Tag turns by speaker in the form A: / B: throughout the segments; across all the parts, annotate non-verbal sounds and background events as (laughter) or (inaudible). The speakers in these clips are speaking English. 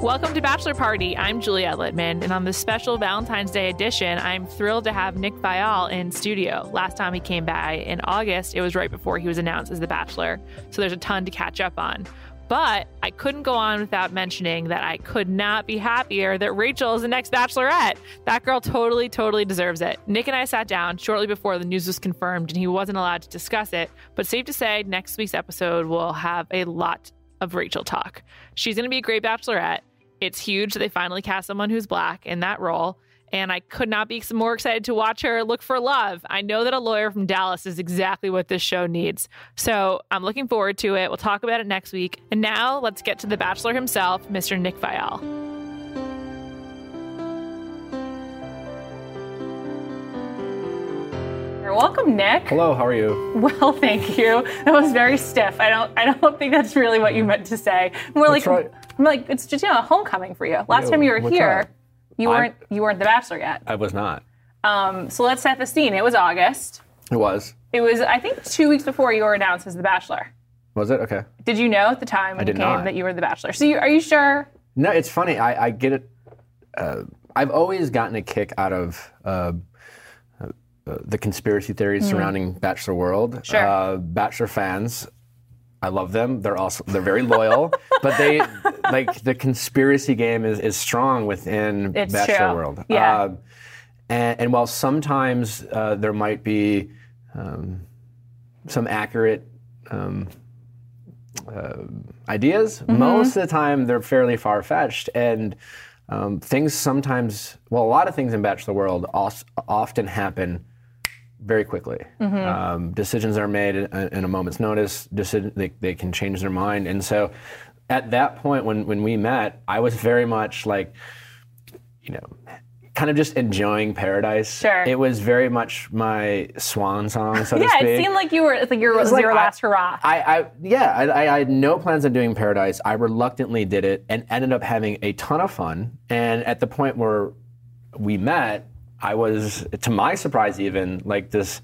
A: Welcome to Bachelor Party. I'm Juliette Littman, and on this special Valentine's Day edition, I'm thrilled to have Nick Vial in studio. Last time he came by in August, it was right before he was announced as the Bachelor, so there's a ton to catch up on. But I couldn't go on without mentioning that I could not be happier that Rachel is the next bachelorette. That girl totally, totally deserves it. Nick and I sat down shortly before the news was confirmed and he wasn't allowed to discuss it. But safe to say, next week's episode will have a lot of Rachel talk. She's going to be a great bachelorette. It's huge that they finally cast someone who's black in that role. And I could not be more excited to watch her look for love. I know that a lawyer from Dallas is exactly what this show needs. So I'm looking forward to it. We'll talk about it next week. And now let's get to The Bachelor himself, Mr. Nick Vial.
B: Welcome, Nick.
C: Hello, how are you?
B: Well, thank you. That was very stiff. I don't. I don't think that's really what you meant to say. More
C: That's
B: like,
C: right.
B: I'm like it's just yeah, a homecoming for you. Last
C: Yeah,
B: time you were
C: what's
B: here,
C: up?
B: you
C: I'm-
B: weren't. You weren't the bachelor yet.
C: I was not.
B: Um, so let's set the scene. It was August.
C: It was.
B: It was I think two weeks before you were announced as the bachelor.
C: Was it? Okay.
B: Did you know at the time when
C: did
B: you came
C: not.
B: that you were the bachelor? So you, are you sure?
C: No, it's funny. I, I get it. Uh, I've always gotten a kick out of uh, uh, the conspiracy theories surrounding Bachelor World.
B: Sure.
C: Uh, Bachelor fans, I love them. They're also they're
B: (laughs)
C: very loyal, but they like the conspiracy game is is strong within
B: It's
C: Bachelor
B: true.
C: World.
B: Yeah.
C: Uh, and, and while sometimes uh, there might be um, some accurate um, uh, ideas,
B: Mm-hmm.
C: most of the time they're fairly far fetched. And um, things sometimes, well, a lot of things in Bachelor World os- often happen very quickly.
B: Mm-hmm.
C: Um, decisions are made in, in a moment's notice. Decision, they, they can change their mind. And so at that point, when, when we met, I was very much like, you know, kind of just enjoying paradise.
B: Sure.
C: It was very much my swan song, so to
B: (laughs) Yeah,
C: speak.
B: it seemed like you were. It's like you were
C: It's like
B: your
C: I-
B: last hurrah.
C: I, I yeah, I, I- I had no plans on doing Paradise. I reluctantly did it and ended up having a ton of fun. And at the point where we met, I was, to my surprise, even like this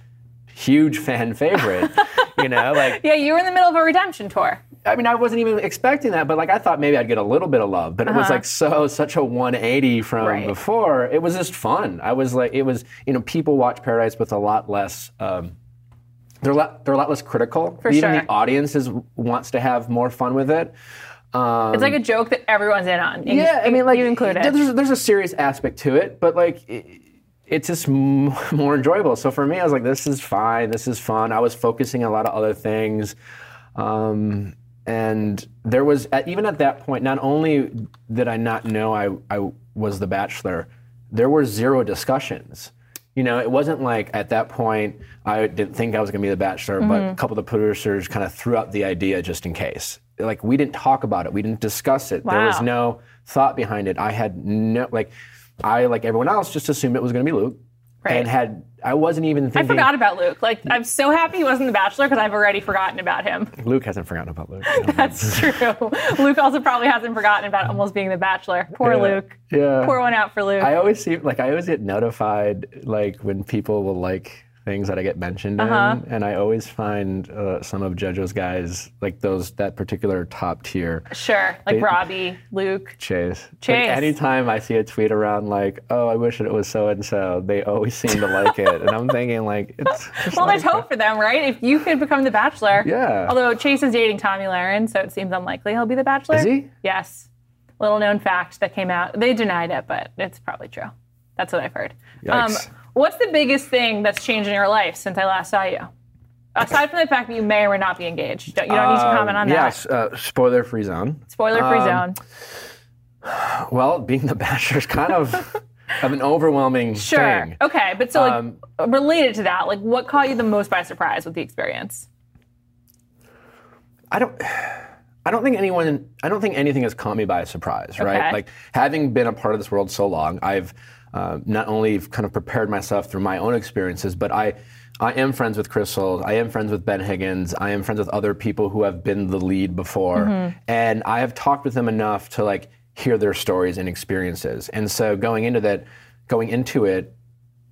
C: huge fan favorite. you know, like
B: yeah, you were in the middle of a redemption tour.
C: I mean, I wasn't even expecting that, but like I thought maybe I'd get a little bit of love, but it was like so such a 180 from
B: Uh-huh. Right.
C: before. It was just fun. I was like, it was you know, people watch Paradise with a lot less. Um, they're a lot, they're a lot less critical.
B: For
C: even
B: sure.
C: the audience is, wants to have more fun with it. Um,
B: It's like a joke that everyone's in on. You-
C: yeah, I mean, like
B: you include it.
C: There's, there's a serious aspect to it, but like it, it's just m- (laughs) more enjoyable. So for me, I was like, this is fine. This is fun. I was focusing on a lot of other things, um, and there was at, even at that point. Not only did I not know I, I was the bachelor, there were zero discussions. You know, it wasn't like at that point I didn't think I was going to be the bachelor,
B: Mm-hmm.
C: but a couple of the producers kind of threw out the idea just in case. Like we didn't talk about it, we didn't discuss it. There was
B: Wow.
C: no no thought behind it. I had no like I like everyone else just assumed it was going to be Luke
B: Right.
C: and had I wasn't even
B: I
C: thinking
B: forgot about Luke. Like, I'm so happy he wasn't the Bachelor because I've already forgotten about him. (laughs)
C: Luke hasn't forgotten about Luke.
B: That's true. Luke also probably hasn't forgotten about almost being the Bachelor. Poor
C: Yeah.
B: Luke.
C: Yeah.
B: Pour one out for Luke.
C: I always see like I always get notified like when people will like things that I get mentioned
B: Uh-huh.
C: in and I always find uh, some of JoJo's guys like those that particular top tier
B: sure. Like
C: They-
B: Robbie, Luke.
C: Chase.
B: Chase.
C: Like anytime I see a tweet around like, "Oh, I wish it was so and so," they always seem to like it, and I'm thinking like, it's just
B: Well,
C: like
B: there's hope for them, right? If you could become the Bachelor.
C: Yeah.
B: Although Chase is dating Tommy Lahren, so it seems unlikely he'll be the Bachelor.
C: Is he?
B: Yes. Little known fact that came out. They denied it, but it's probably true. That's what I've heard. Um,
C: Yikes.
B: what's the biggest thing that's changed in your life since I last saw you? Aside from the fact that you may or may not be engaged, Don't- you don't need to comment on that.
C: Yes, Um, uh, spoiler-free zone.
B: Spoiler-free zone.
C: Well, being the (laughs) bachelor is kind of of an overwhelming
B: Sure.
C: thing.
B: Okay, but so like
C: Um,
B: related to that, like what caught you the most by surprise with the experience?
C: I don't. I don't think anyone. I don't think anything has caught me by surprise, right?
B: Okay.
C: Like having been a part of this world so long, I've uh, not only kind of prepared myself through my own experiences, but I, I am friends with Crystal. I am friends with Ben Higgins. I am friends with other people who have been the lead before,
B: Mm-hmm.
C: and I have talked with them enough to like hear their stories and experiences. And so going into that, going into it,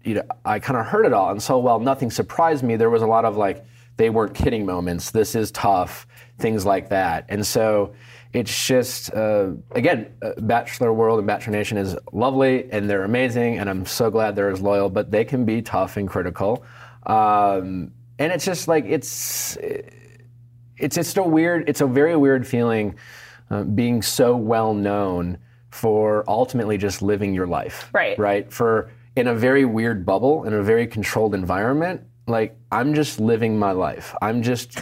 C: you know, I kind of heard it all. And so while nothing surprised me, there was a lot of like, they weren't kidding moments. This is tough, things like that. And so it's just, uh, again, uh, Bachelor World and Bachelor Nation is lovely and they're amazing, and I'm so glad they're as loyal, but they can be tough and critical. Um, and it's just like, it's. It's just a weird, it's a very weird feeling uh, being so well known for ultimately just living your life.
B: Right.
C: Right. For in a very weird bubble, in a very controlled environment, like I'm just living my life. I'm just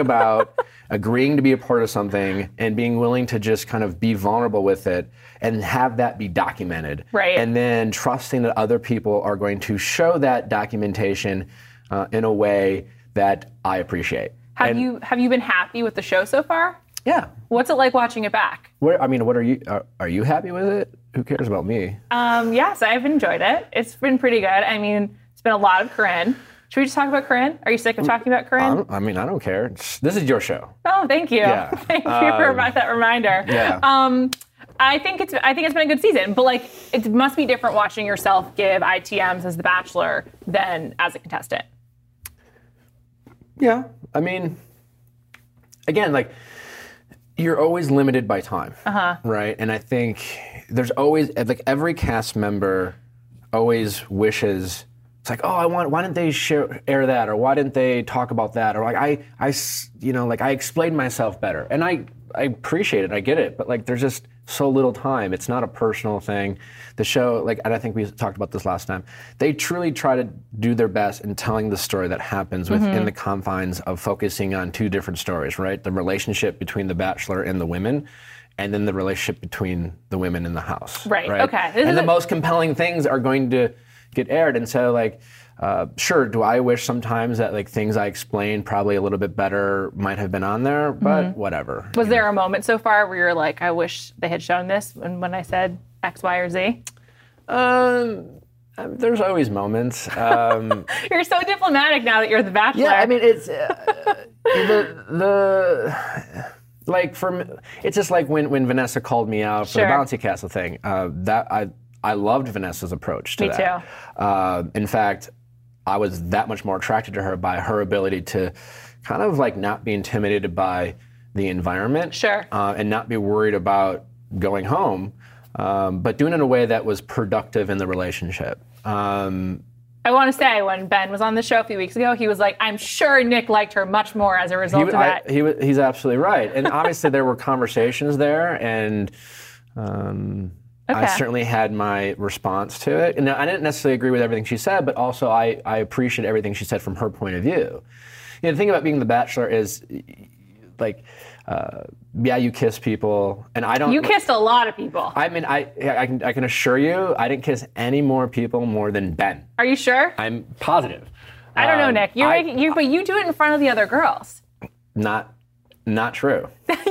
B: (laughs)
C: about agreeing to be a part of something and being willing to just kind of be vulnerable with it and have that be documented.
B: Right.
C: And then trusting that other people are going to show that documentation uh, in a way that I appreciate.
B: Have
C: And-
B: you have you been happy with the show so far?
C: Yeah.
B: What's it like watching it back?
C: What, I mean, what are you? Are, are you happy with it? Who cares about me?
B: Um, yes, I've enjoyed it. It's been pretty good. I mean, it's been a lot of Corinne. Should we just talk about Corinne? Are you sick of talking about
C: I,
B: Corinne?
C: don't- I mean, I don't care. It's- This is your show.
B: Oh, thank you.
C: Um,
B: (laughs)
C: Yeah. Um,
B: thank you for about that reminder.
C: yeah.
B: Um, I think it's I think it's been a good season, but like it must be different watching yourself give ITMs as the Bachelor than as a contestant.
C: Yeah. I mean, again, like you're always limited by time, uh-huh. right? And I think there's always like every cast member always wishes. It's like, oh, I want. Why didn't they share, air that, or why didn't they talk about that, or like I, I, s- you know, like I explained myself better, and I, I appreciate it, I get it, but like there's just so little time. It's not a personal thing. The show, like, and I think we talked about this last time. They truly try to do their best in telling the story that happens within
B: Mm-hmm.
C: the confines of focusing on two different stories, right? The relationship between the bachelor and the women. And then the relationship between the women in the house.
B: Right, okay. This
C: And the
B: isn't-
C: most compelling things are going to get aired. And so, like, uh, sure, do I wish sometimes that like things I explained probably a little bit better might have been on there, but
B: Mm-hmm.
C: whatever.
B: Was there a moment so far where you're like, I wish they had shown this when, when I said X, Y, or Z?
C: Um, uh, there's always moments. Um,
B: You're so diplomatic now that you're the Bachelor.
C: yeah, I mean, it's uh, the the. Like for m- it's just like when, when Vanessa called me out for
B: Sure.
C: the bouncy castle thing. Uh, that I I loved Vanessa's approach to
B: Me
C: that. Uh, in fact, I was that much more attracted to her by her ability to kind of like not be intimidated by the environment.
B: Sure.
C: Uh, and not be worried about going home, um, but doing it in a way that was productive in the relationship. Um,
B: I want to say when Ben was on the show a few weeks ago, he was like, I'm sure Nick liked her much more as a result
C: he,
B: of
C: I,
B: that.
C: he wa- he's absolutely right. And obviously, there were conversations there, and um, I
B: Okay.
C: certainly had my response to it. And I didn't necessarily agree with everything she said, but also I, I appreciate everything she said from her point of view. You know, the thing about being the bachelor is, y- y- like, uh, yeah, you kiss people, and I don't.
B: you kissed a lot of people.
C: I mean, I, I, can, I can assure you, I didn't kiss any more people more than Ben.
B: Are you sure? I,
C: I'm positive.
B: don't know,
C: Um,
B: Nick. You're
C: I-
B: making, you, but you do it in front of the other girls. (laughs)
C: Not, not true.
B: what do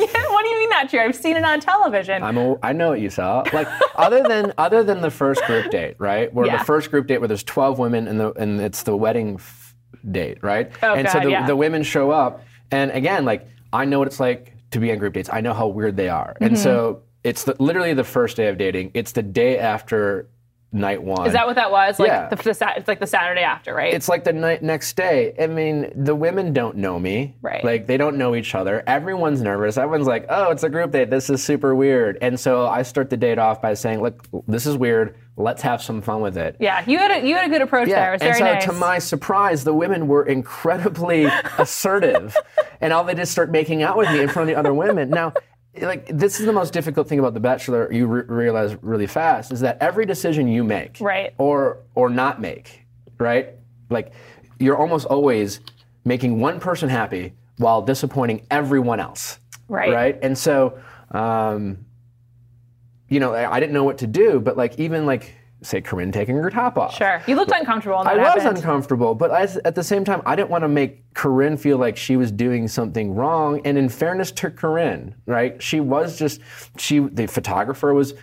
B: you mean not true? I've seen it on television.
C: I'm a, I know what you saw. Like other than (laughs) other than the first group date, right? Where
B: Yeah.
C: the first group date where there's 12 women and the and it's the wedding f- date, right?
B: Oh,
C: and so
B: God,
C: the,
B: yeah.
C: the women show up and again, like I know what it's like to be on group dates. I know how weird they are.
B: Mm-hmm.
C: And so it's the, literally the first day of dating. It's the day after night one.
B: Is that what that was? Like
C: Yeah.
B: the, the, Sa- it's like the Saturday after, right?
C: it's like the night next day. I mean, the women don't know me.
B: Right.
C: Like they don't know each other. Everyone's nervous. Everyone's like, "Oh, it's a group date. This is super weird." And so I start the date off by saying, "Look, this is weird. Let's have some fun with it."
B: yeah, you had a, you had a good approach there. It was
C: and
B: very
C: so
B: nice.
C: to my surprise, the women
B: (laughs)
C: were incredibly assertive, and all they did is start making out with me in front of the other women. Now, like this is the most difficult thing about The Bachelor. You re- realize really fast is that every decision you make,
B: Right.
C: or or not make, right, like you're almost always making one person happy while disappointing everyone else
B: Right.
C: and so um, you know I, I didn't know what to do but like even like say corinne taking her top off
B: Sure. You looked uncomfortable. When
C: I
B: that
C: was
B: happened.
C: uncomfortable, but I, at the same time, I didn't want to make Corinne feel like she was doing something wrong. And in fairness to Corinne, right, she was just she. The photographer was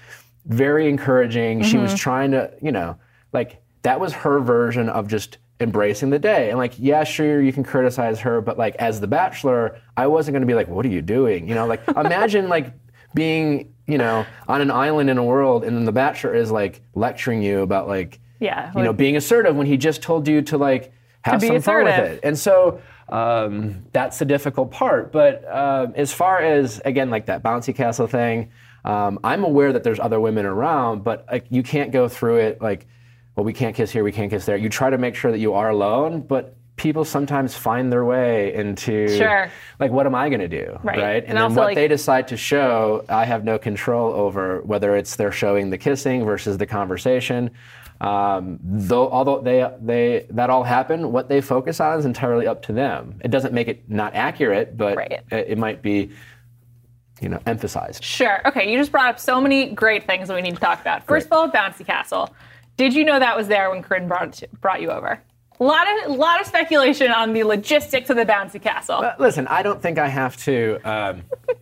C: very encouraging. She was
B: Mm-hmm.
C: trying to, you know, like that was her version of just embracing the day. And like, yeah, sure, you can criticize her, but like as the Bachelor, I wasn't going to be like, what are you doing? You know,
B: (laughs)
C: like imagine like being. You know, on an island in a world, and then the Bachelor is like lecturing you about like
B: Yeah.
C: you know,
B: like-
C: being assertive when he just told you to like have
B: be
C: some fun with
B: assertive.
C: it. And so um, that's the difficult part. But uh, as far as again, like that bouncy castle thing, um, I'm aware that there's other women around, but like you can't go through it like, well, we can't kiss here, we can't kiss there. You try to make sure that you are alone, but people sometimes find their way into
B: Sure.
C: like what am I going to do,
B: Right.
C: And,
B: And
C: then
B: also,
C: what
B: like-
C: they decide to show, I have no control over whether it's they're showing the kissing versus the conversation. Um, though, although they they that all happened, what they focus on is entirely up to them. It doesn't make it not accurate, but
B: Right.
C: it, it might be, you know, emphasized.
B: Sure. Okay, you just brought up so many great things that we need to talk about. First of all, Bouncy Castle. Did you know that was there when Corinne brought it- brought you over? A lot of lot of speculation on the logistics of the Bouncy Castle.
C: Listen, I don't think I have to. Um, (laughs)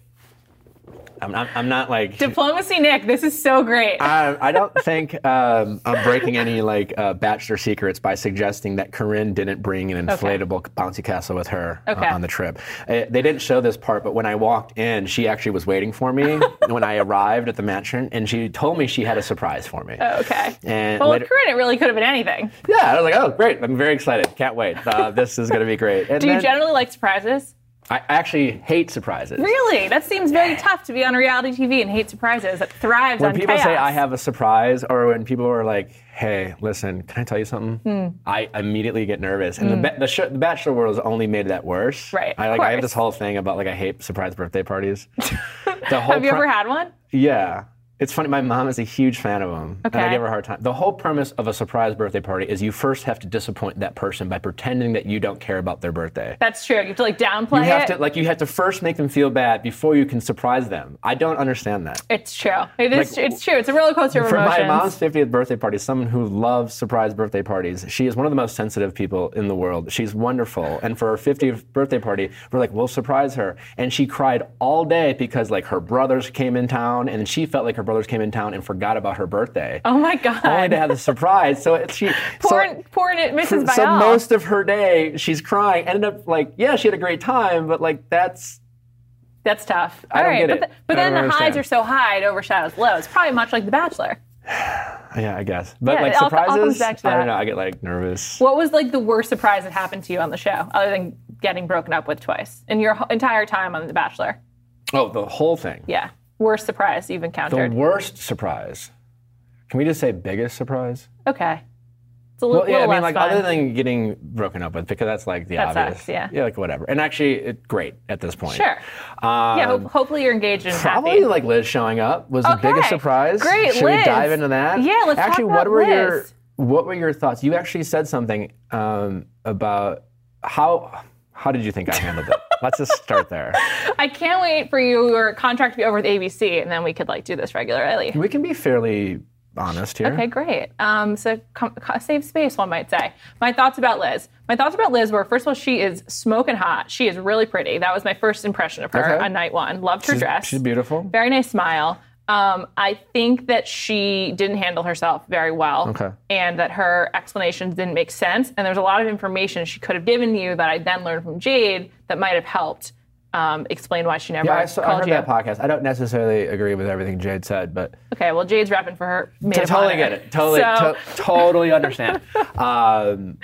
C: I'm, not, I'm not like
B: Diplomacy, Nick. This is so great.
C: I, Uh, I don't think um, I'm breaking any like uh, bachelor secrets by suggesting that Corinne didn't bring an inflatable bouncy castle with her uh,
B: Okay.
C: on the trip. Uh, they didn't show this part, but when I walked in, she actually was waiting for me
B: (laughs)
C: when I arrived at the mansion, and she told me she had a surprise for me.
B: okay.
C: And
B: Oh. well,
C: later-
B: with Corinne, it really could have been anything.
C: Yeah, I was like, oh, great! I'm very excited. Can't wait. Uh, this is going to be great. And
B: (laughs) Do you
C: then-
B: generally like surprises?
C: I actually hate surprises.
B: Really? That seems very tough to be on reality TV and hate surprises. It thrives
C: when
B: on
C: people say
B: chaos.
C: I have a surprise, or when people are like, "Hey, listen, can I tell you something?"
B: Hmm.
C: I immediately get nervous, and the, ba- the, sh- the Bachelor world has only made that worse.
B: Right,
C: I
B: of
C: like I have
B: course.
C: this whole thing about like I hate surprise birthday parties. the
B: (laughs)
C: whole
B: Have you
C: pre-
B: ever had one?
C: Yeah. It's funny, my mom is a huge fan of them. And I
B: Okay.
C: give her a hard time. The whole premise of a surprise birthday party is you first have to disappoint that person by pretending that you don't care about their birthday.
B: That's true. You have to like downplay
C: You have
B: it.
C: to like you have to first make them feel bad before you can surprise them. I don't understand that.
B: it's true. It is,
C: Like,
B: it's true. It's a roller coaster of
C: For
B: emotions.
C: my mom's 50th birthday party, someone who loves surprise birthday parties, she is one of the most sensitive people in the world. She's wonderful. And for her 50th birthday party, we're like, we'll surprise her. And she cried all day because like her brothers came in town and she felt like her brothers came in town and forgot about her birthday.
B: oh my god.
C: Only to have the surprise.
B: (laughs)
C: So it- she
B: Poor,
C: so,
B: poor Mrs. Vial.
C: (laughs) so most of her day she's crying. Ended up like, yeah, she had a great time, but like that's
B: That's tough.
C: I don't
B: All right,
C: get
B: but,
C: it.
B: the- but
C: I
B: then
C: don't
B: the highs
C: understand.
B: are so high it overshadows lows. Probably much like The Bachelor.
C: yeah, I guess. But
B: Yeah,
C: like
B: it all co- all
C: surprises,
B: comes back to
C: I
B: that.
C: don't know, I get like nervous.
B: What was like the worst surprise that happened to you on the show, other than getting broken up with twice in your ho- entire time on The Bachelor?
C: oh, the whole thing.
B: Yeah, worst surprise you've
C: The
B: encountered.
C: worst surprise. Can we just say biggest surprise?
B: okay, it's a little,
C: yeah, I
B: little
C: mean,
B: less
C: like
B: fun.
C: other than getting broken up with, because that's like the
B: That
C: obvious.
B: sucks, yeah.
C: Yeah, like whatever. And actually, it, great at this point.
B: sure.
C: Um,
B: Yeah, ho- hopefully you're engaged and
C: Probably
B: happy.
C: like Liz showing up was the
B: Okay.
C: biggest surprise.
B: Great,
C: Should
B: Liz.
C: we dive into that?
B: Yeah, let's talk
C: actually. what
B: about
C: were your
B: Liz.
C: What were your thoughts? You actually said something um, about how how did you think I
B: (laughs)
C: handled it? let's just start there.
B: I can't wait for your contract to be over with ABC, and then we could like do this regularly.
C: We can be fairly honest here.
B: Okay, great. Um, so com- co- save space, one might say. My thoughts about Liz. My thoughts about Liz were first of all, she is smoking hot. She is really pretty. That was my first impression of her
C: Okay.
B: on night one. Loved her
C: She's-
B: dress.
C: She's beautiful.
B: Very nice smile. Um, I think that she didn't handle herself very well.
C: Okay.
B: And that her explanations didn't make sense. And there's a lot of information she could have given you that I then learned from Jade that might have helped um, explain why she never
C: Yeah, I, saw, I
B: called
C: heard
B: you.
C: that podcast. I don't necessarily agree with everything Jade said, but
B: Okay, well, Jade's rapping for her. maid of
C: totally
B: honor.
C: get it. Totally,
B: So-
C: to- totally
B: (laughs)
C: understand. um,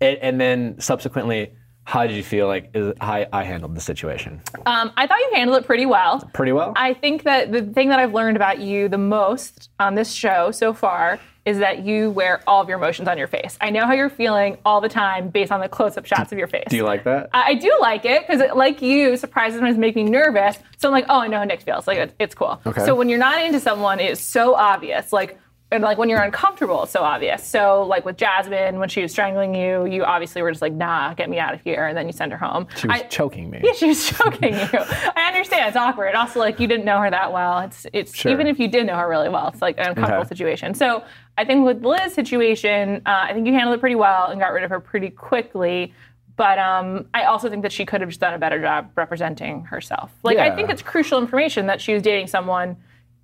C: and, and then subsequently, how did you feel like is, how I handled the situation?
B: Um, I thought you handled it pretty well.
C: Pretty well.
B: I think that the thing that I've learned about you the most on this show so far is that you wear all of your emotions on your face. I know how you're feeling all the time based on the close-up shots of your face.
C: Do you like that?
B: I I do like it because, like you, surprises sometimes make me nervous. So I'm like, oh, I know how Nick feels. Like it- it's cool.
C: Okay.
B: So when you're not into someone, it's so obvious. Like. And like when you're uncomfortable, it's so obvious. So like with Jasmine, when she was strangling you, you obviously were just like, "Nah, get me out of here," and then you send her home.
C: she was
B: I-
C: choking me.
B: (laughs) yeah, she was joking you. I understand it's awkward. Also, like you didn't know her that well. It's it's
C: Sure.
B: even if you did know her really well, it's like an uncomfortable
C: Okay.
B: situation. So I think with Liz's situation, uh, I think you handled it pretty well and got rid of her pretty quickly. But um, I also think that she could have just done a better job representing herself. Like I
C: Yeah.
B: think it's crucial information that she was dating someone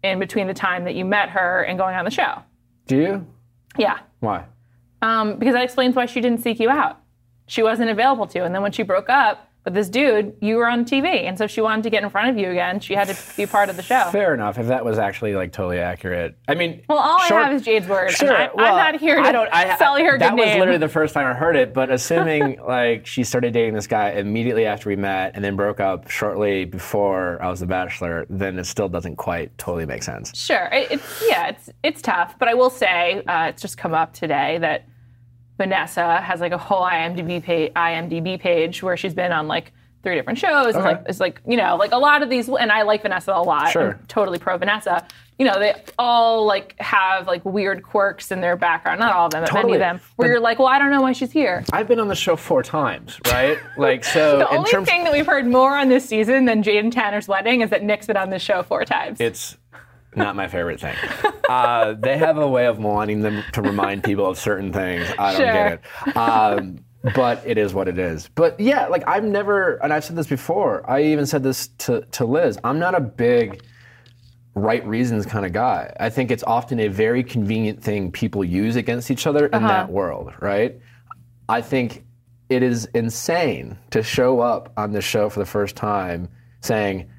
B: in between the time that you met her and going on the show.
C: Do you?
B: Yeah,
C: Why?
B: um, because that explains why she didn't seek you out. She wasn't available to, and then when she broke up, But this dude, you were on TV, and so she wanted to get in front of you again. She had to be part of the show.
C: Fair enough. If that was actually like totally accurate, I mean,
B: Well, all
C: short-
B: I have is Jade's word. and
C: Sure.
B: I,
C: well,
B: I'm not here to
C: I don't, I,
B: sell her a good
C: That was
B: name.
C: literally the first time I heard it. But
B: (laughs)
C: assuming like she started dating this guy immediately after we met, and then broke up shortly before I was the bachelor, then it still doesn't quite totally make sense.
B: Sure. It, it's yeah, it's it's tough, but I will say uh, it's just come up today that Vanessa has like a whole IMDb page, IMDb page where she's been on like three different shows. And,
C: Okay.
B: like it's like you know like a lot of these, and I like Vanessa a lot.
C: Sure.
B: I'm totally pro Vanessa. You know they all like have like weird quirks in their background. Not all of them, but many
C: Totally.
B: of them. Where
C: But-
B: you're like, well, I don't know why she's here.
C: I've been on the show four times, right? like
B: (laughs)
C: so.
B: The
C: Oh, in
B: only
C: terms,
B: thing that we've heard more on this season than Jaden Tanner's wedding is that Nick's been on this show four times.
C: it's not my favorite thing. Uh, they have a way of wanting them to remind people of certain things. I don't get it. Um, but it is what it is. But yeah, like I've never, and I've said this before. I even said this to to Liz. I'm not a big right reasons kind of guy. I think it's often a very convenient thing people use against each other in that world, right? I think it is insane to show up on this show for the first time saying,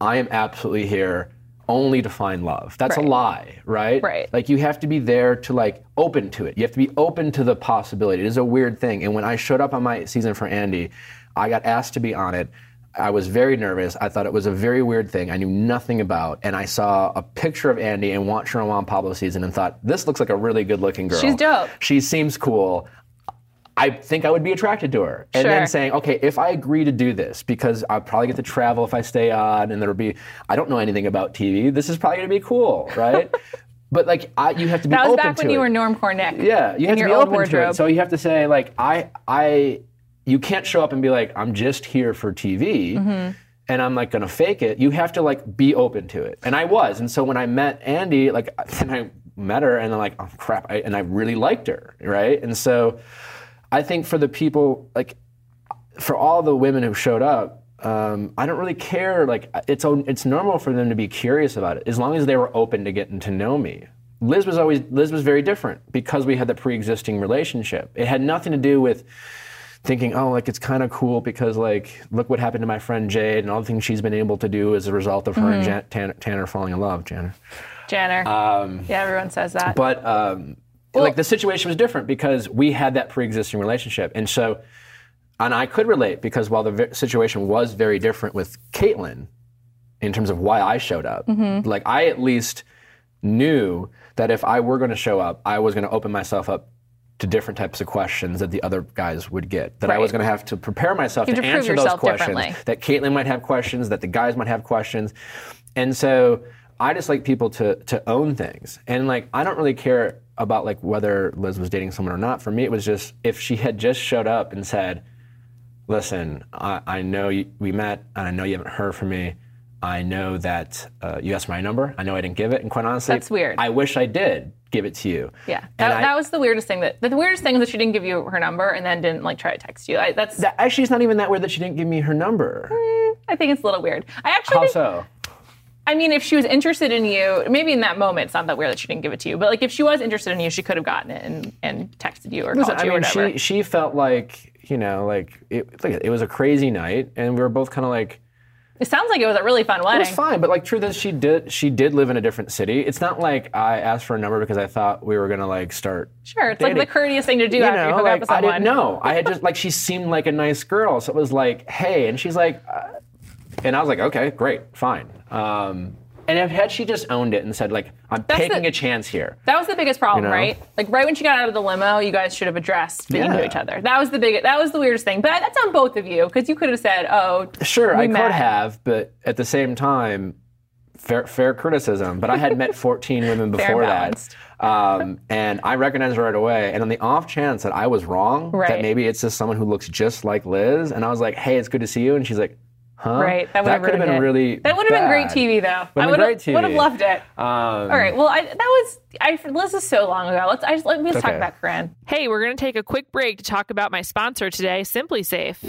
C: I am absolutely here only to find love. That's
B: Right.
C: a lie, right?
B: Right.
C: Like you have to be there to like open to it. You have to be open to the possibility. It is a weird thing. And when I showed up on my season for Andy, I got asked to be on it. I was very nervous. I thought it was a very weird thing I knew nothing about. And I saw a picture of Andy and Watcher on Juan Pablo season and thought, this looks like a really good looking girl.
B: She's dope.
C: She seems cool. I think I would be attracted to her. And
B: Sure.
C: then saying, okay, if I agree to do this, because I'll probably get to travel if I stay on, and there'll be, I don't know anything about TV, this is probably gonna be cool,
B: (laughs)
C: right? but like, I, you have to be
B: that was
C: open
B: back
C: to
B: when you were
C: it.
B: normcore Nick.
C: Yeah, you
B: in
C: have to
B: your
C: be
B: old
C: open to
B: wardrobe.
C: it. So you have to say like I I you can't show up and be like I'm just here for TV.
B: Mm-hmm.
C: And I'm like gonna fake it. You have to like be open to it, and I was. And so when I met Andy, like (laughs) then I met her, and I'm like, oh crap, I, and I really liked her, right? And so I think for the people, like for all the women who showed up, um, I don't really care. Like it's it's normal for them to be curious about it, as long as they were open to getting to know me. Liz was always Liz was very different because we had the pre-existing relationship. It had nothing to do with thinking, oh, like it's kind of cool because like look what happened to my friend Jade and all the things she's been able to do as a result of her and Jan- Tanner, Tanner falling in love, Tanner.
B: Janner. yeah, everyone says that.
C: Um, But um, like the situation was different because we had that pre-existing relationship, and so and I could relate because while the ve- situation was very different with Caitlyn in terms of why I showed up,
B: Mm-hmm.
C: like I at least knew that if I were going to show up, I was going to open myself up to different types of questions that the other guys would get. That I was
B: Right.
C: going to have to prepare myself
B: You
C: to
B: have to prove
C: answer those
B: yourself
C: questions.
B: differently.
C: That Caitlyn might have questions. That the guys might have questions. And so I just like people to to own things. And like I don't really care about like whether Liz was dating someone or not. For me, it was just if she had just showed up and said, listen, I, I know you, we met, and I know you haven't heard from me. I know that uh, you asked my number. I know I didn't give it, and quite honestly,
B: That's weird.
C: I wish I did give it to you.
B: Yeah,
C: and
B: that,
C: I,
B: that was the weirdest thing. That the weirdest thing is that she didn't give you her number and then didn't like try to text you. I, that's
C: that- actually it's not even that weird that she didn't give me her number.
B: Mm-hmm. I think it's a little weird. I actually,
C: How
B: think,
C: so?
B: I mean, if she was interested in you, maybe in that moment it's not that weird that she didn't give it to you. But like if she was interested in you, she could have gotten it and, and texted you or
C: Listen,
B: called
C: I
B: you or
C: mean,
B: whatever.
C: she she felt like you know, like it, like it was a crazy night, and we were both kind of like.
B: it sounds like it was a really fun
C: It
B: wedding.
C: was fine, but like truth is, she did she did live in a different city. It's not like I asked for a number because I thought we were gonna like start
B: Sure, it's like
C: Dating.
B: the courteous thing to do
C: you
B: after you
C: know,
B: hook
C: like
B: up with
C: I
B: someone.
C: didn't know. I had just like she seemed like a nice girl, so it was like, hey, and she's like, uh, and I was like, okay, great, fine. Um, and if had she just owned it and said like, I'm taking
B: the-
C: a chance here,
B: That was the biggest problem,
C: You know?
B: right? Like right when she got out of the limo, you guys should have addressed that you knew
C: Yeah.
B: each other. That was the big. That was the weirdest thing. But that's on both of you because you could have said, "Oh,
C: sure,
B: we
C: I
B: met.
C: could have, but at the same time, fair, fair criticism. But I had
B: (laughs)
C: met 14 women
B: Fair
C: before that.
B: balanced.
C: Um, and I recognized right away. And on the off chance that I was wrong,
B: Right.
C: that maybe it's just someone who looks just like Liz, and I was like, hey, it's good to see you. And she's like, huh?
B: Right, that would have
C: could have
B: ruined
C: been
B: it.
C: really.
B: That would have been great
C: bad.
B: TV, though.
C: Would've
B: I
C: been
B: would have
C: great
B: would have
C: TV.
B: loved it.
C: Um,
B: All right. Well, I, that was I. This is so long ago. Let's. I just, let me just talk
C: okay.
B: about Corinne.
A: Hey, we're going to take a quick break to talk about my sponsor today, Simply Safe.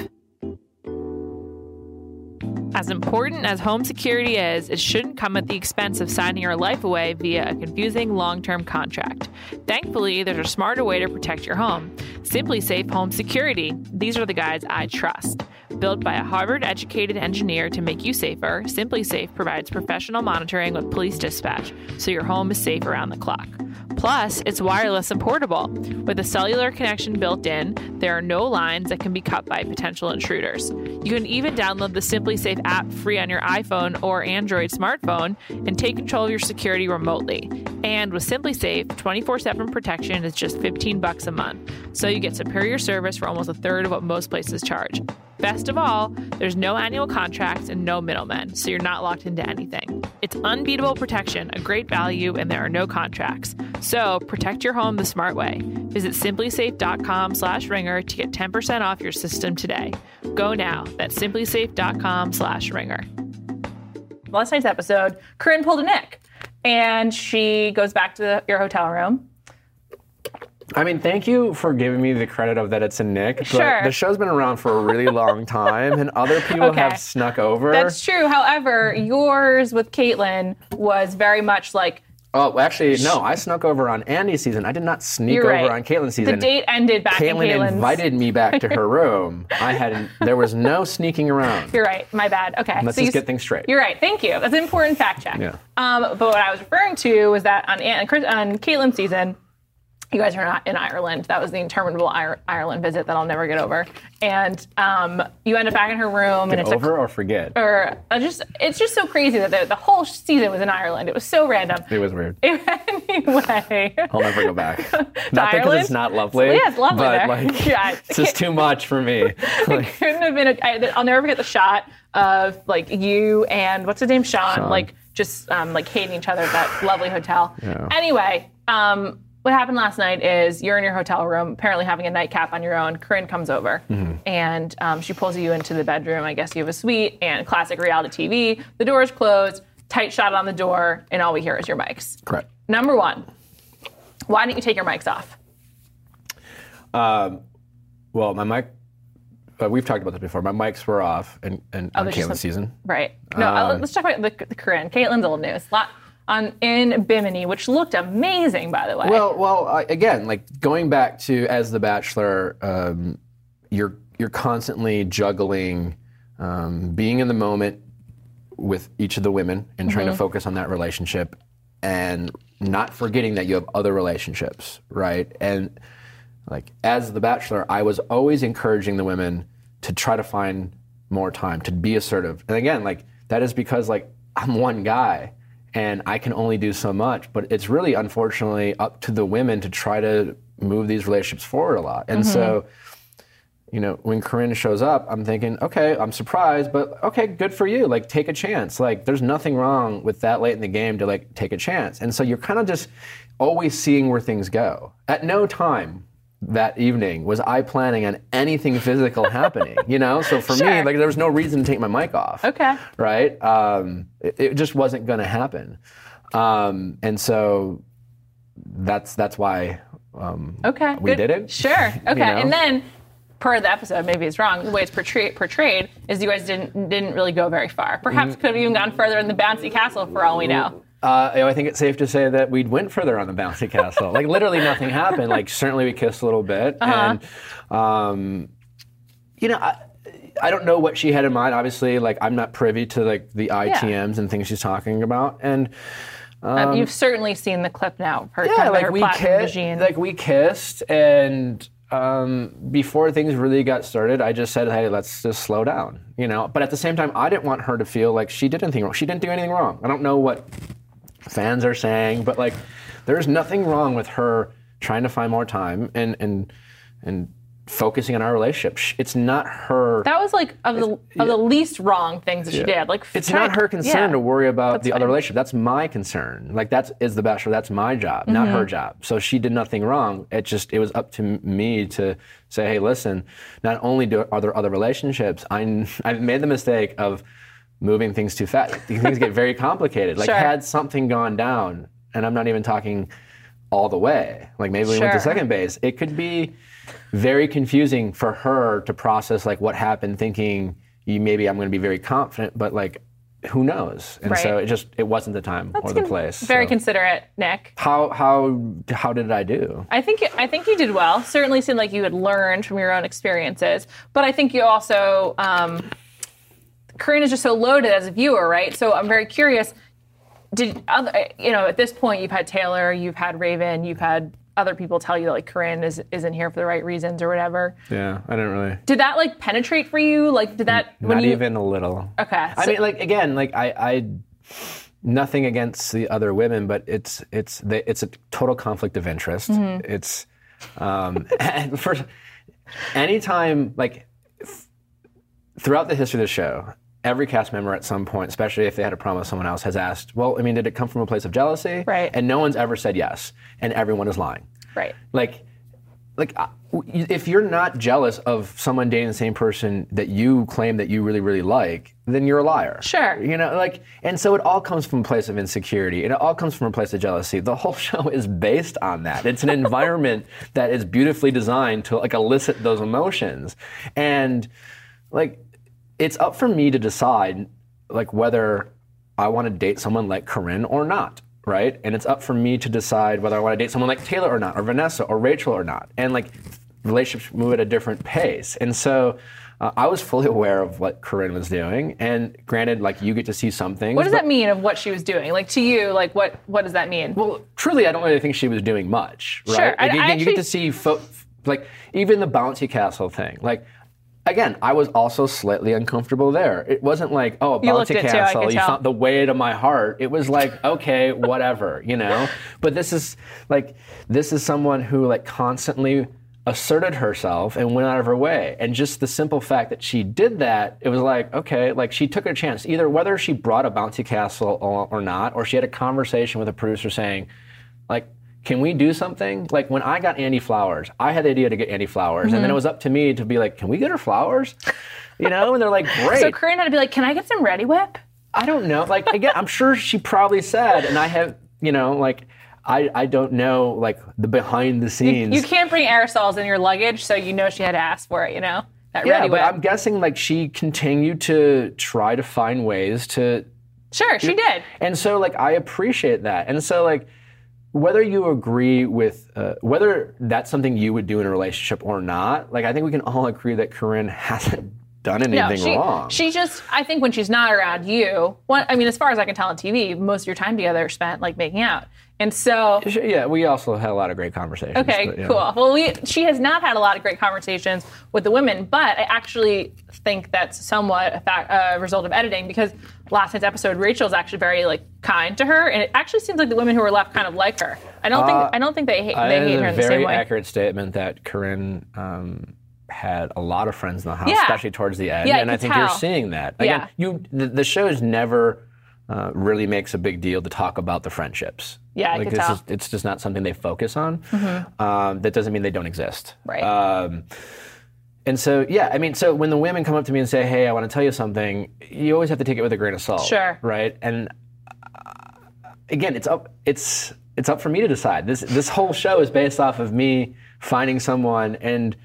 A: As important as home security is, it shouldn't come at the expense of signing your life away via a confusing long term contract. Thankfully, there's a smarter way to protect your home Simply Safe Home Security. These are the guys I trust. Built by a Harvard educated engineer to make you safer, Simply Safe provides professional monitoring with police dispatch so your home is safe around the clock. Plus, it's wireless and portable. With a cellular connection built in, there are no lines that can be cut by potential intruders. You can even download the Simply Safe app free on your iPhone or Android smartphone and take control of your security remotely. And with Simply Safe, 24/7 protection is just 15 bucks a month. So you get superior service for almost a third of what most places charge. Best of all, there's no annual contracts and no middlemen, so you're not locked into anything. It's unbeatable protection, a great value, and there are no contracts. So protect your home the smart way. Visit simplysafe.com slash ringer to get 10% off your system today. Go now. That's simplysafe.com slash ringer.
B: last night's episode, Corinne pulled a Nick, and she goes back to the, your hotel room.
C: I mean, thank you for giving me the credit of that it's a Nick. But
B: Sure.
C: The show's been around for a really long time, and other people
B: Okay.
C: have snuck over.
B: That's true. However, yours with Caitlin was very much like
C: oh, well, actually, no, I snuck over on Andy's season. I did not sneak
B: You're
C: over
B: right.
C: on Caitlin's
B: the
C: season.
B: date ended back
C: Caitlin
B: in Caitlin's.
C: invited me back to
B: (laughs)
C: her room. I had there was no sneaking around.
B: You're right. My bad. Okay.
C: Let's
B: you
C: just
B: s-
C: get things straight.
B: You're right. Thank you. That's an important fact check.
C: Yeah.
B: Um, but what I was referring to was that on Ann, Chris, on Caitlin's season, you guys are not in Ireland. That was the interminable Ir- Ireland visit that I'll never get over. And um, you end up back in her room, and it's a
C: Over or forget?
B: or uh, just it's just so crazy that the, the whole season was in Ireland. It was so random.
C: it was weird.
B: (laughs) anyway,
C: I'll never
B: (laughs)
C: go back. not because
B: Ireland?
C: it's not lovely.
B: yeah, it's lovely
C: but
B: there. (laughs)
C: like
B: Yeah.
C: it's just too much
B: (laughs)
C: for me. Like,
B: couldn't have been. A, I, I'll never forget the shot of like you and what's his name, Sean, like just um, like hating each other at that lovely hotel.
C: Yeah.
B: Anyway, um, what happened last night is you're in your hotel room, apparently having a nightcap on your own. Corinne comes over
C: Mm-hmm.
B: and um, she pulls you into the bedroom. I guess you have a suite and classic reality TV. The door's closed, tight shot on the door, and all we hear is your mics.
C: correct.
B: Number one, why don't you take your mics off?
C: Um, Well, my mic. Uh, we've talked about this before. My mics were off, and and on
B: Oh, they're just
C: Caitlin's
B: on-
C: season.
B: Right. No, uh, let's talk about the, the Corinne. Caitlin's old news. Lot on in Bimini, which looked amazing, by the way.
C: Well, well, I- again, like going back to as the Bachelor, um, you're you're constantly juggling um, being in the moment with each of the women and trying to
B: Mm-hmm.
C: focus on that relationship, and not forgetting that you have other relationships, right? And like as the Bachelor, I was always encouraging the women to try to find more time to be assertive, and again, like that is because like I'm one guy and I can only do so much. But it's really, unfortunately, up to the women to try to move these relationships forward a lot. And so, you know, when Corinne shows up, I'm thinking, okay, I'm surprised, but okay, good for you. Like, take a chance. Like, there's nothing wrong with that late in the game to like take a chance. And so you're kind of just always seeing where things go. At no time that evening was I planning on
B: (laughs)
C: anything physical happening, you know? So for me,
B: Sure.
C: like, there was no reason to take my mic off
B: Okay.
C: right? Um, it, it just wasn't going to happen, um, and so that's that's why um,
B: okay.
C: we did it. (laughs)
B: Sure. Okay.
C: know?
B: And then per the episode, maybe it's wrong, the way it's portrayed, portrayed is you guys didn't didn't really go very far. Perhaps
C: Mm.
B: could have even gone further in the bouncy castle for all we know.
C: Uh, I think it's safe to say that we went further on the bouncy castle. like literally nothing happened. Like certainly we kissed a little bit, and um, you know. I, I don't know what she had in mind. Obviously, like I'm not privy to like the ITMs and things she's talking about, and
B: Um, You've certainly seen the clip now. of Her
C: yeah,
B: talking about
C: like
B: her
C: we
B: platinum
C: kissed,
B: regime.
C: like we kissed, and um, before things really got started, I just said, "Hey, let's just slow down," you know. But at the same time, I didn't want her to feel like she did anything wrong. She didn't do anything wrong. I don't know what fans are saying, but like, there's nothing wrong with her trying to find more time and and and focusing on our relationship. Sh- It's not her.
B: that was like of the of the least wrong things that she
C: Yeah.
B: did. Like
C: it's
B: try-
C: not her concern
B: yeah.
C: to worry about the other
B: fine.
C: relationship. That's my concern. Like that's is the bachelor. That's my job, not
B: Mm-hmm.
C: her job. So she did nothing wrong. It just it was up to m- me to say, hey, listen. Not only do are there other relationships, I I made the mistake of moving things too fast. These things get very complicated. Like
B: Sure.
C: had something gone down, and I'm not even talking all the way. Like maybe we went to
B: Sure.
C: second base. It could be very confusing for her to process like what happened thinking you, maybe I'm going to be very confident, but like, who knows? And so
B: Right.
C: it just it wasn't the time or the
B: con-
C: place.
B: Very
C: so.
B: considerate, Nick.
C: how how how did I do?
B: I think I think you did well. Certainly seemed like you had learned from your own experiences, but I think you also um, Corinne is just so loaded as a viewer, right? So I'm very curious. Did other, you know at this point you've had Taylor, you've had Raven, you've had other people tell you that like Corinne is isn't here for the right reasons or whatever.
C: Yeah, I didn't really.
B: Did that like penetrate for you? Like did that
C: Not
B: you
C: even a little.
B: okay?
C: I
B: so-
C: mean, like again, like I, I, nothing against the other women, but it's it's they, it's a total conflict of interest.
B: Mm-hmm.
C: It's um, (laughs) and first, anytime like th- throughout the history of the show, every cast member at some point, especially if they had a problem with someone else, has asked, "Well, I mean, did it come from a place of jealousy?"
B: Right.
C: And no one's ever said yes, and everyone is lying
B: right.
C: like like uh, if you're not jealous of someone dating the same person that you claim that you really really like then you're a liar
B: Sure.
C: you know like and so it all comes from a place of insecurity and it all comes from a place of jealousy the whole (laughs) show is based on that it's an environment that is beautifully designed to like elicit those emotions and like it's up for me to decide like whether I want to date someone like Corinne or not, right? And it's up for me to decide whether I want to date someone like Taylor or not, or Vanessa or Rachel or not. And like relationships move at a different pace. And so uh, I was fully aware of what Corinne was doing. And granted, like you get to see some things.
B: What does
C: but-
B: that mean of what she was doing? Like to you, like what what does that mean?
C: well, truly, I don't really think she was doing much, right?
B: Sure,
C: Like,
B: I-
C: again,
B: I
C: you get
B: actually-
C: to see, fo- like, even the bouncy castle thing. Like, again, I was also slightly uncomfortable there. It wasn't like, oh, a
B: You looked
C: bouncy
B: it too, I
C: castle,
B: could
C: you
B: tell.
C: found the way to my heart. It
B: (laughs)
C: was like, okay, whatever, you know? But this is, like, this is someone who, like, constantly asserted herself and went out of her way and just the simple fact that she did that it was like okay like she took a chance either whether she brought a bouncy castle or or not or she had a conversation with a producer saying like can we do something like when i got andy flowers i had the idea to get andy flowers
B: Mm-hmm.
C: and then it was up to me to be like can we get her flowers you know and they're like
B: (laughs)
C: great
B: So Corinne had to be like, "Can I get some Ready Whip?"
C: i don't know like again i'm sure she probably said and i have you know like i i don't know like the behind the scenes
B: You can't bring aerosols in your luggage, so you know she had to ask for it. You know that
C: yeah
B: ready
C: but
B: whip.
C: i'm guessing like she continued to try to find ways to
B: sure, she did.
C: And so, like, I appreciate that. And so, like, whether you agree with uh, whether that's something you would do in a relationship or not, like, I think we can all agree that Corinne hasn't done
B: No,
C: anything
B: she,
C: wrong.
B: she just. I think when she's not around you, one, I mean, as far as I can tell on TV, most of your time together are spent like making out, and so.
C: Sh- yeah, we also had a lot of great conversations.
B: Okay,
C: but, yeah.
B: cool. Well, we, she has not had a lot of great conversations with the women, but I actually think that's somewhat a fact, uh, result of editing because last night's episode, Rachel's actually very like kind to her, and it actually seems like the women who are left kind of like her. I don't think I don't think they hate
C: Uh,
B: they
C: That
B: hate
C: is
B: her
C: a
B: in the same
C: very
B: way.
C: accurate statement that Corinne um, had a lot of friends in the house,
B: Yeah.
C: especially towards the end.
B: Yeah, I
C: and I
B: could
C: think you're
B: tell.
C: seeing that.
B: Yeah.
C: Again, you the, the show's never uh, really makes a big deal to talk about the friendships.
B: Yeah, I
C: like
B: could
C: it's
B: tell. Mm-hmm.
C: Just, it's just not something they focus on. Um, that doesn't mean they don't exist.
B: Right.
C: Um, and so, yeah, I mean, so when the women come up to me and say, "Hey, I want to tell you something," you always have to take it with a grain of salt,
B: Sure.
C: right? And uh, again, it's up it's it's up for me to decide. This this whole show is based off of me finding someone and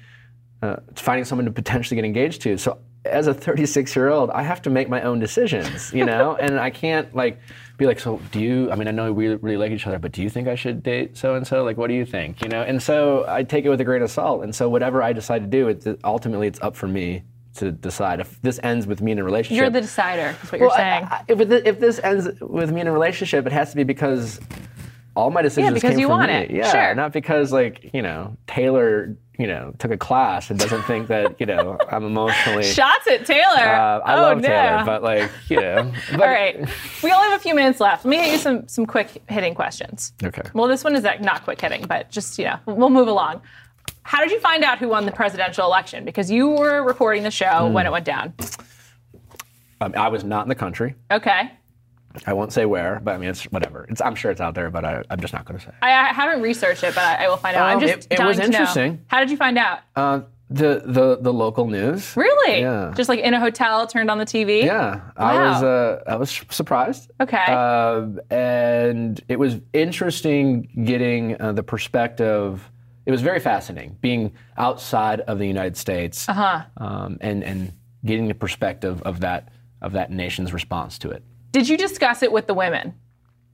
C: uh, finding someone to potentially get engaged to. So as a 36 year old, I have to make my own decisions, you know, and I can't like be like, so do you? I mean, I know we really like each other, but do you think I should date so and so? Like, what do you think? You know, and so I take it with a grain of salt. And so whatever I decide to do, it, ultimately it's up for me to decide. If this ends with me in a relationship,
B: You're the decider, is what you're
C: well, I-
B: saying.
C: I- if, it- if this ends with me in a relationship, it has to be because all my decisions
B: because
C: came
B: you
C: from
B: want
C: me.
B: it.
C: Yeah,
B: Sure.
C: not because like you know Taylor, you know, took a class and doesn't think that you know
B: (laughs)
C: I'm emotionally.
B: Shots at Taylor.
C: Uh, I
B: oh,
C: love
B: no.
C: Taylor, but like you know.
B: (laughs)
C: But,
B: All right. We only have a few minutes left. Let me hit you some, some quick hitting questions.
C: Okay.
B: Well, this one is like not quick hitting, but just, you know, we'll move along. How did you find out who won the presidential election? Because you were recording the show when it
C: Hmm.
B: went down.
C: Um, I was not in the country.
B: Okay.
C: I won't say where, but I mean it's whatever. It's I'm sure it's out there, but I, I'm just not going to say.
B: I, I haven't researched it, but I, I will find out. I'm
C: Um,
B: just
C: it- it was
B: dying to know.
C: interesting.
B: How did you find out?
C: Uh, the the the local news.
B: really?
C: Yeah.
B: Just like in a hotel, turned on the TV?
C: Yeah, I
B: Wow.
C: was uh, I was surprised.
B: Okay.
C: Um, and it was interesting getting uh, the perspective.
B: Uh-huh.
C: It was very fascinating being outside of the United States. Uh huh. Um, and and getting the perspective of that of that nation's response to it.
B: Did you discuss it with the women?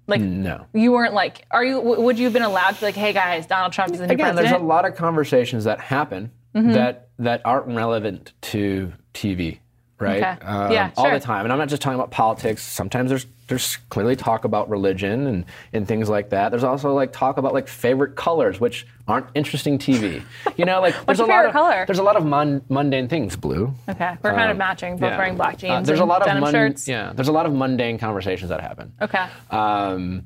B: Like
C: No.
B: you weren't like, are you? w- Would you have been allowed to be like, hey guys, Donald Trump is the new
C: Again,
B: president?
C: there's a lot of conversations that happen
B: Mm-hmm.
C: that that aren't relevant to TV, right? Um,
B: Okay. Yeah,
C: All
B: sure.
C: the time, and I'm not just talking about politics. Sometimes there's there's clearly talk about religion and and things like that. There's also like talk about like favorite colors, which aren't interesting
B: (laughs)
C: TV. You know, like
B: What's
C: there's
B: your
C: a lot
B: favorite
C: of
B: color?
C: there's a lot of mun- mundane things. Blue.
B: okay, we're kind of matching, both
C: Uh, Yeah.
B: wearing black
C: Uh,
B: jeans.
C: there's a
B: and
C: lot of
B: denim
C: mun-
B: shirts.
C: yeah. There's a lot of mundane conversations that happen.
B: Okay.
C: Um,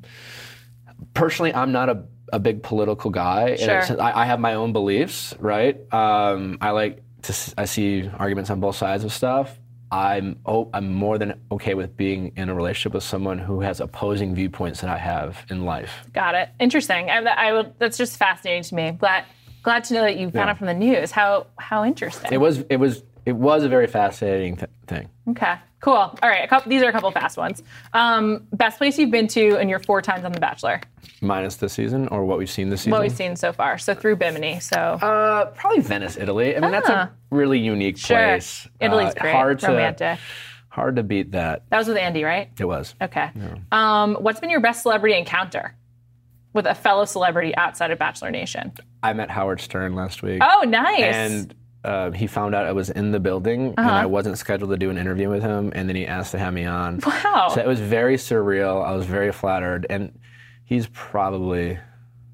C: personally, I'm not a, a big political guy.
B: Sure.
C: And I, I have my own beliefs, right? Um, I like to s- I see arguments on both sides of stuff. I'm oh, I'm more than okay with being in a relationship with someone who has opposing viewpoints that I have in life.
B: Got it. Interesting. I, that- I would. That's just fascinating to me. Glad glad to know that you found
C: Yeah.
B: out from the news. How how interesting.
C: It was it was it was a very fascinating th- thing.
B: okay. Cool. All right. A couple, these are a couple fast ones. Um, best place you've been to in your four times on The Bachelor.
C: Minus this season or what we've seen this season.
B: What we've seen so far. So through Bimini. So
C: Uh, probably Venice, Italy. I mean, that's
B: Ah.
C: a really unique
B: Sure.
C: place.
B: Italy's
C: Uh,
B: great.
C: Hard to,
B: Romantic.
C: Hard to beat that.
B: that was with Andy, right?
C: It was.
B: Okay. Um, what's been your best celebrity encounter with a fellow celebrity outside of Bachelor Nation?
C: I met Howard Stern last week.
B: Oh, nice. Uh-huh.
C: And uh, he found out I was in the building and I wasn't scheduled to do an interview with him. And then he asked to have me on.
B: wow.
C: So it was very surreal. I was very flattered. And he's probably,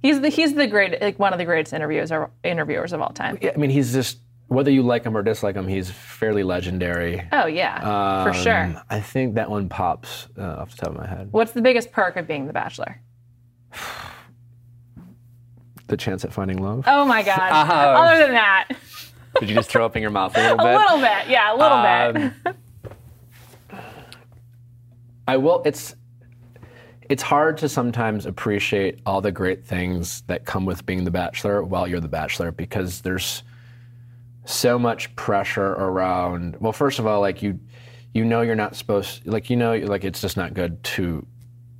B: he's the he's the great like one of the greatest interviewers or interviewers of all time.
C: yeah, I mean, he's just, whether you like him or dislike him, he's fairly legendary.
B: Oh yeah, for sure.
C: Um, I think that one pops uh, off the top of my head.
B: What's the biggest perk of being the bachelor?
C: The chance at finding love.
B: Oh my
C: (laughs)
B: gosh.
C: Uh-huh.
B: Other than that,
C: Did you just throw up in your mouth a
B: (laughs)
C: little
B: a
C: bit?
B: little bit. Yeah, a little bit.
C: Um, I will. It's it's hard to sometimes appreciate all the great things that come with being the bachelor while you're the bachelor because there's so much pressure around. Well, first of all, like you you know you're not supposed like you know like it's just not good to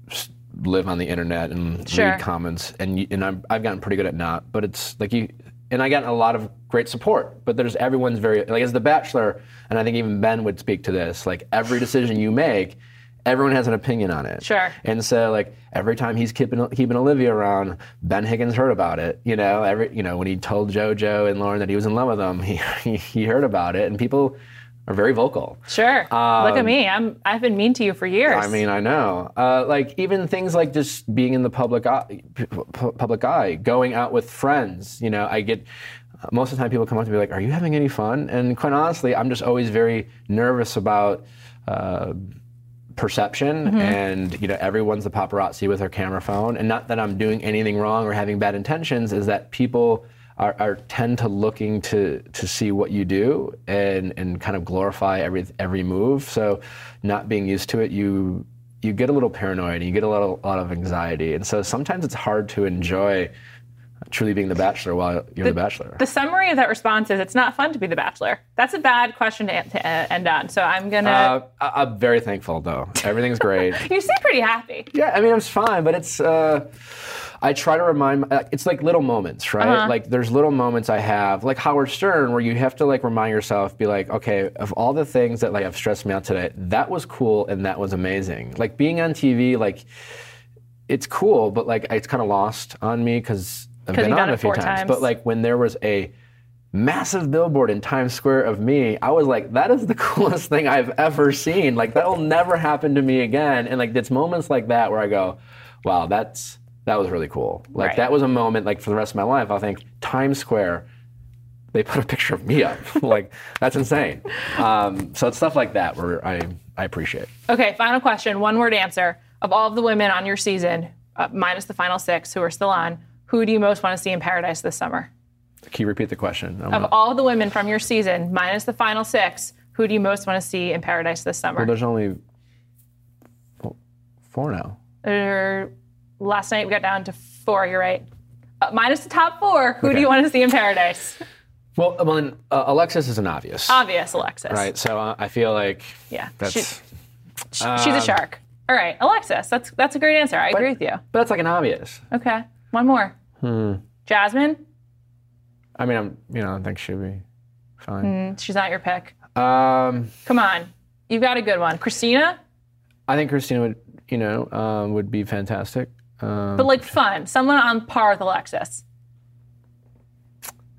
C: s- live on the internet and
B: Sure.
C: read comments and you, and I'm, I've gotten pretty good at not but it's like you and I gotten a lot of great support but there's everyone's very like as the bachelor and I think even Ben would speak to this like every decision you make everyone has an opinion on it
B: Sure.
C: and so like every time he's keeping keeping Olivia around Ben Higgins heard about it you know every you know when he told JoJo and Lauren that he was in love with them (laughs) he he, he heard about it and people are very vocal
B: (laughs) Sure. Look at me. I'm I've been mean to you for years.
C: um, I mean, I know. Uh, like even things like just being in the public eye, p- pu- public eye, going out with friends. You know, I get uh, most of the time people come up to me like, "Are you having any fun?" And quite honestly, I'm just always very nervous about. Uh, perception and you know everyone's the paparazzi with their camera phone and not that i'm doing anything wrong or having bad intentions is that people are, are tend to looking to to see what you do and and kind of glorify every every move so not being used to it you you get a little paranoid and you get a lot a lot of anxiety and so sometimes it's hard to enjoy truly being the bachelor while you're the, bachelor
B: the summary of that response is it's not fun to be the bachelor. That's a bad question to, to uh, end on. So I'm gonna.
C: uh, I, i'm very thankful though everything's great
B: you seem pretty happy.
C: Yeah, I mean, it's fine, but it's. Uh, I try to remind. my- It's like little moments, right?
B: Uh-huh.
C: Like there's little moments I have, like Howard Stern, where you have to like remind yourself, be like, okay, of all the things that like have stressed me out today, that was cool and that was amazing. Like being on TV, like it's cool, but like it's kind of lost on me because I've
B: 'Cause
C: been
B: you've done
C: on
B: it
C: a few
B: four
C: times.
B: times.
C: But like when there was a massive billboard in Times Square of me, I was like, that is the (laughs) coolest thing I've ever seen. Like that'll never happen to me again. And like it's moments like that where I go, wow, that's that was really cool. Like
B: Right.
C: that was a moment like for the rest of my life, I'll think Times Square, they put a picture of me up. (laughs) like that's insane. Um, so it's stuff like that where I I appreciate.
B: Okay. Final question. One word answer. Of all of the women on your season, uh, minus the final six who are still on, who do you most want to see in Paradise this summer?
C: Can you repeat the question? I
B: Of
C: wanna-
B: all the women from your season, minus the final six, who do you most want to see in Paradise this summer?
C: Well, there's only fo- four now.
B: er, last night we got down to four. You're right. Uh, minus the top four. Who do
C: Okay.
B: you want to see in paradise?
C: Well, well, then, uh, Alexis is an obvious,
B: Obvious, Alexis.
C: right? So uh, I feel like
B: Yeah.
C: that's um,
B: She- sh- she's a shark. All right, Alexis. That's that's a great answer. I agree with you.
C: but that's like an obvious.
B: Okay. One more.
C: Hmm.
B: Jasmine.
C: I mean, I'm you know I think she'll be fine.
B: Mm, She's not your pick.
C: Um,
B: Come on. You've got a good one. Christina?
C: I think Christina would, you know, um, would be fantastic. Um,
B: But like fun. Someone on par with Alexis.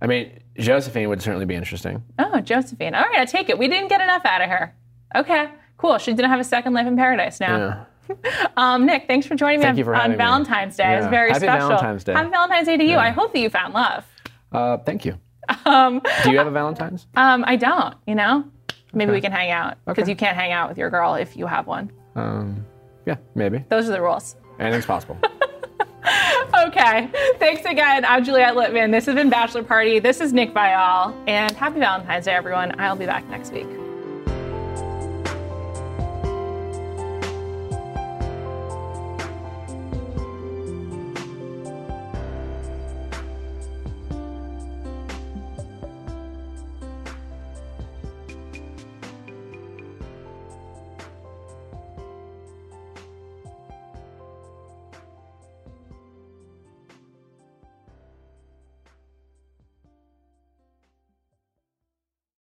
C: I mean, Josephine would certainly be interesting.
B: Oh, Josephine. All right, I take it. We didn't get enough out of her. Okay, cool. She didn't have a second life in paradise now.
C: Yeah.
B: Um, Nick, thanks for joining
C: Thank
B: me
C: you
B: on,
C: for
B: on
C: having me.
B: Valentine's Day. It was
C: Yeah.
B: very
C: Happy
B: special.
C: Valentine's Day.
B: Happy Valentine's Day to you. I hope that you found love.
C: Uh, thank you. Do you have a Valentine's?
B: Um, I don't, you know? Maybe we can hang out because
C: Okay.
B: you can't hang out with your girl if you have one.
C: Um, yeah, maybe.
B: Those are the rules.
C: Anything's possible.
B: Okay. Thanks again. I'm Juliette Littman. This has been Bachelor Party. This is Nick Vial. And happy Valentine's Day, everyone. I'll be back next week.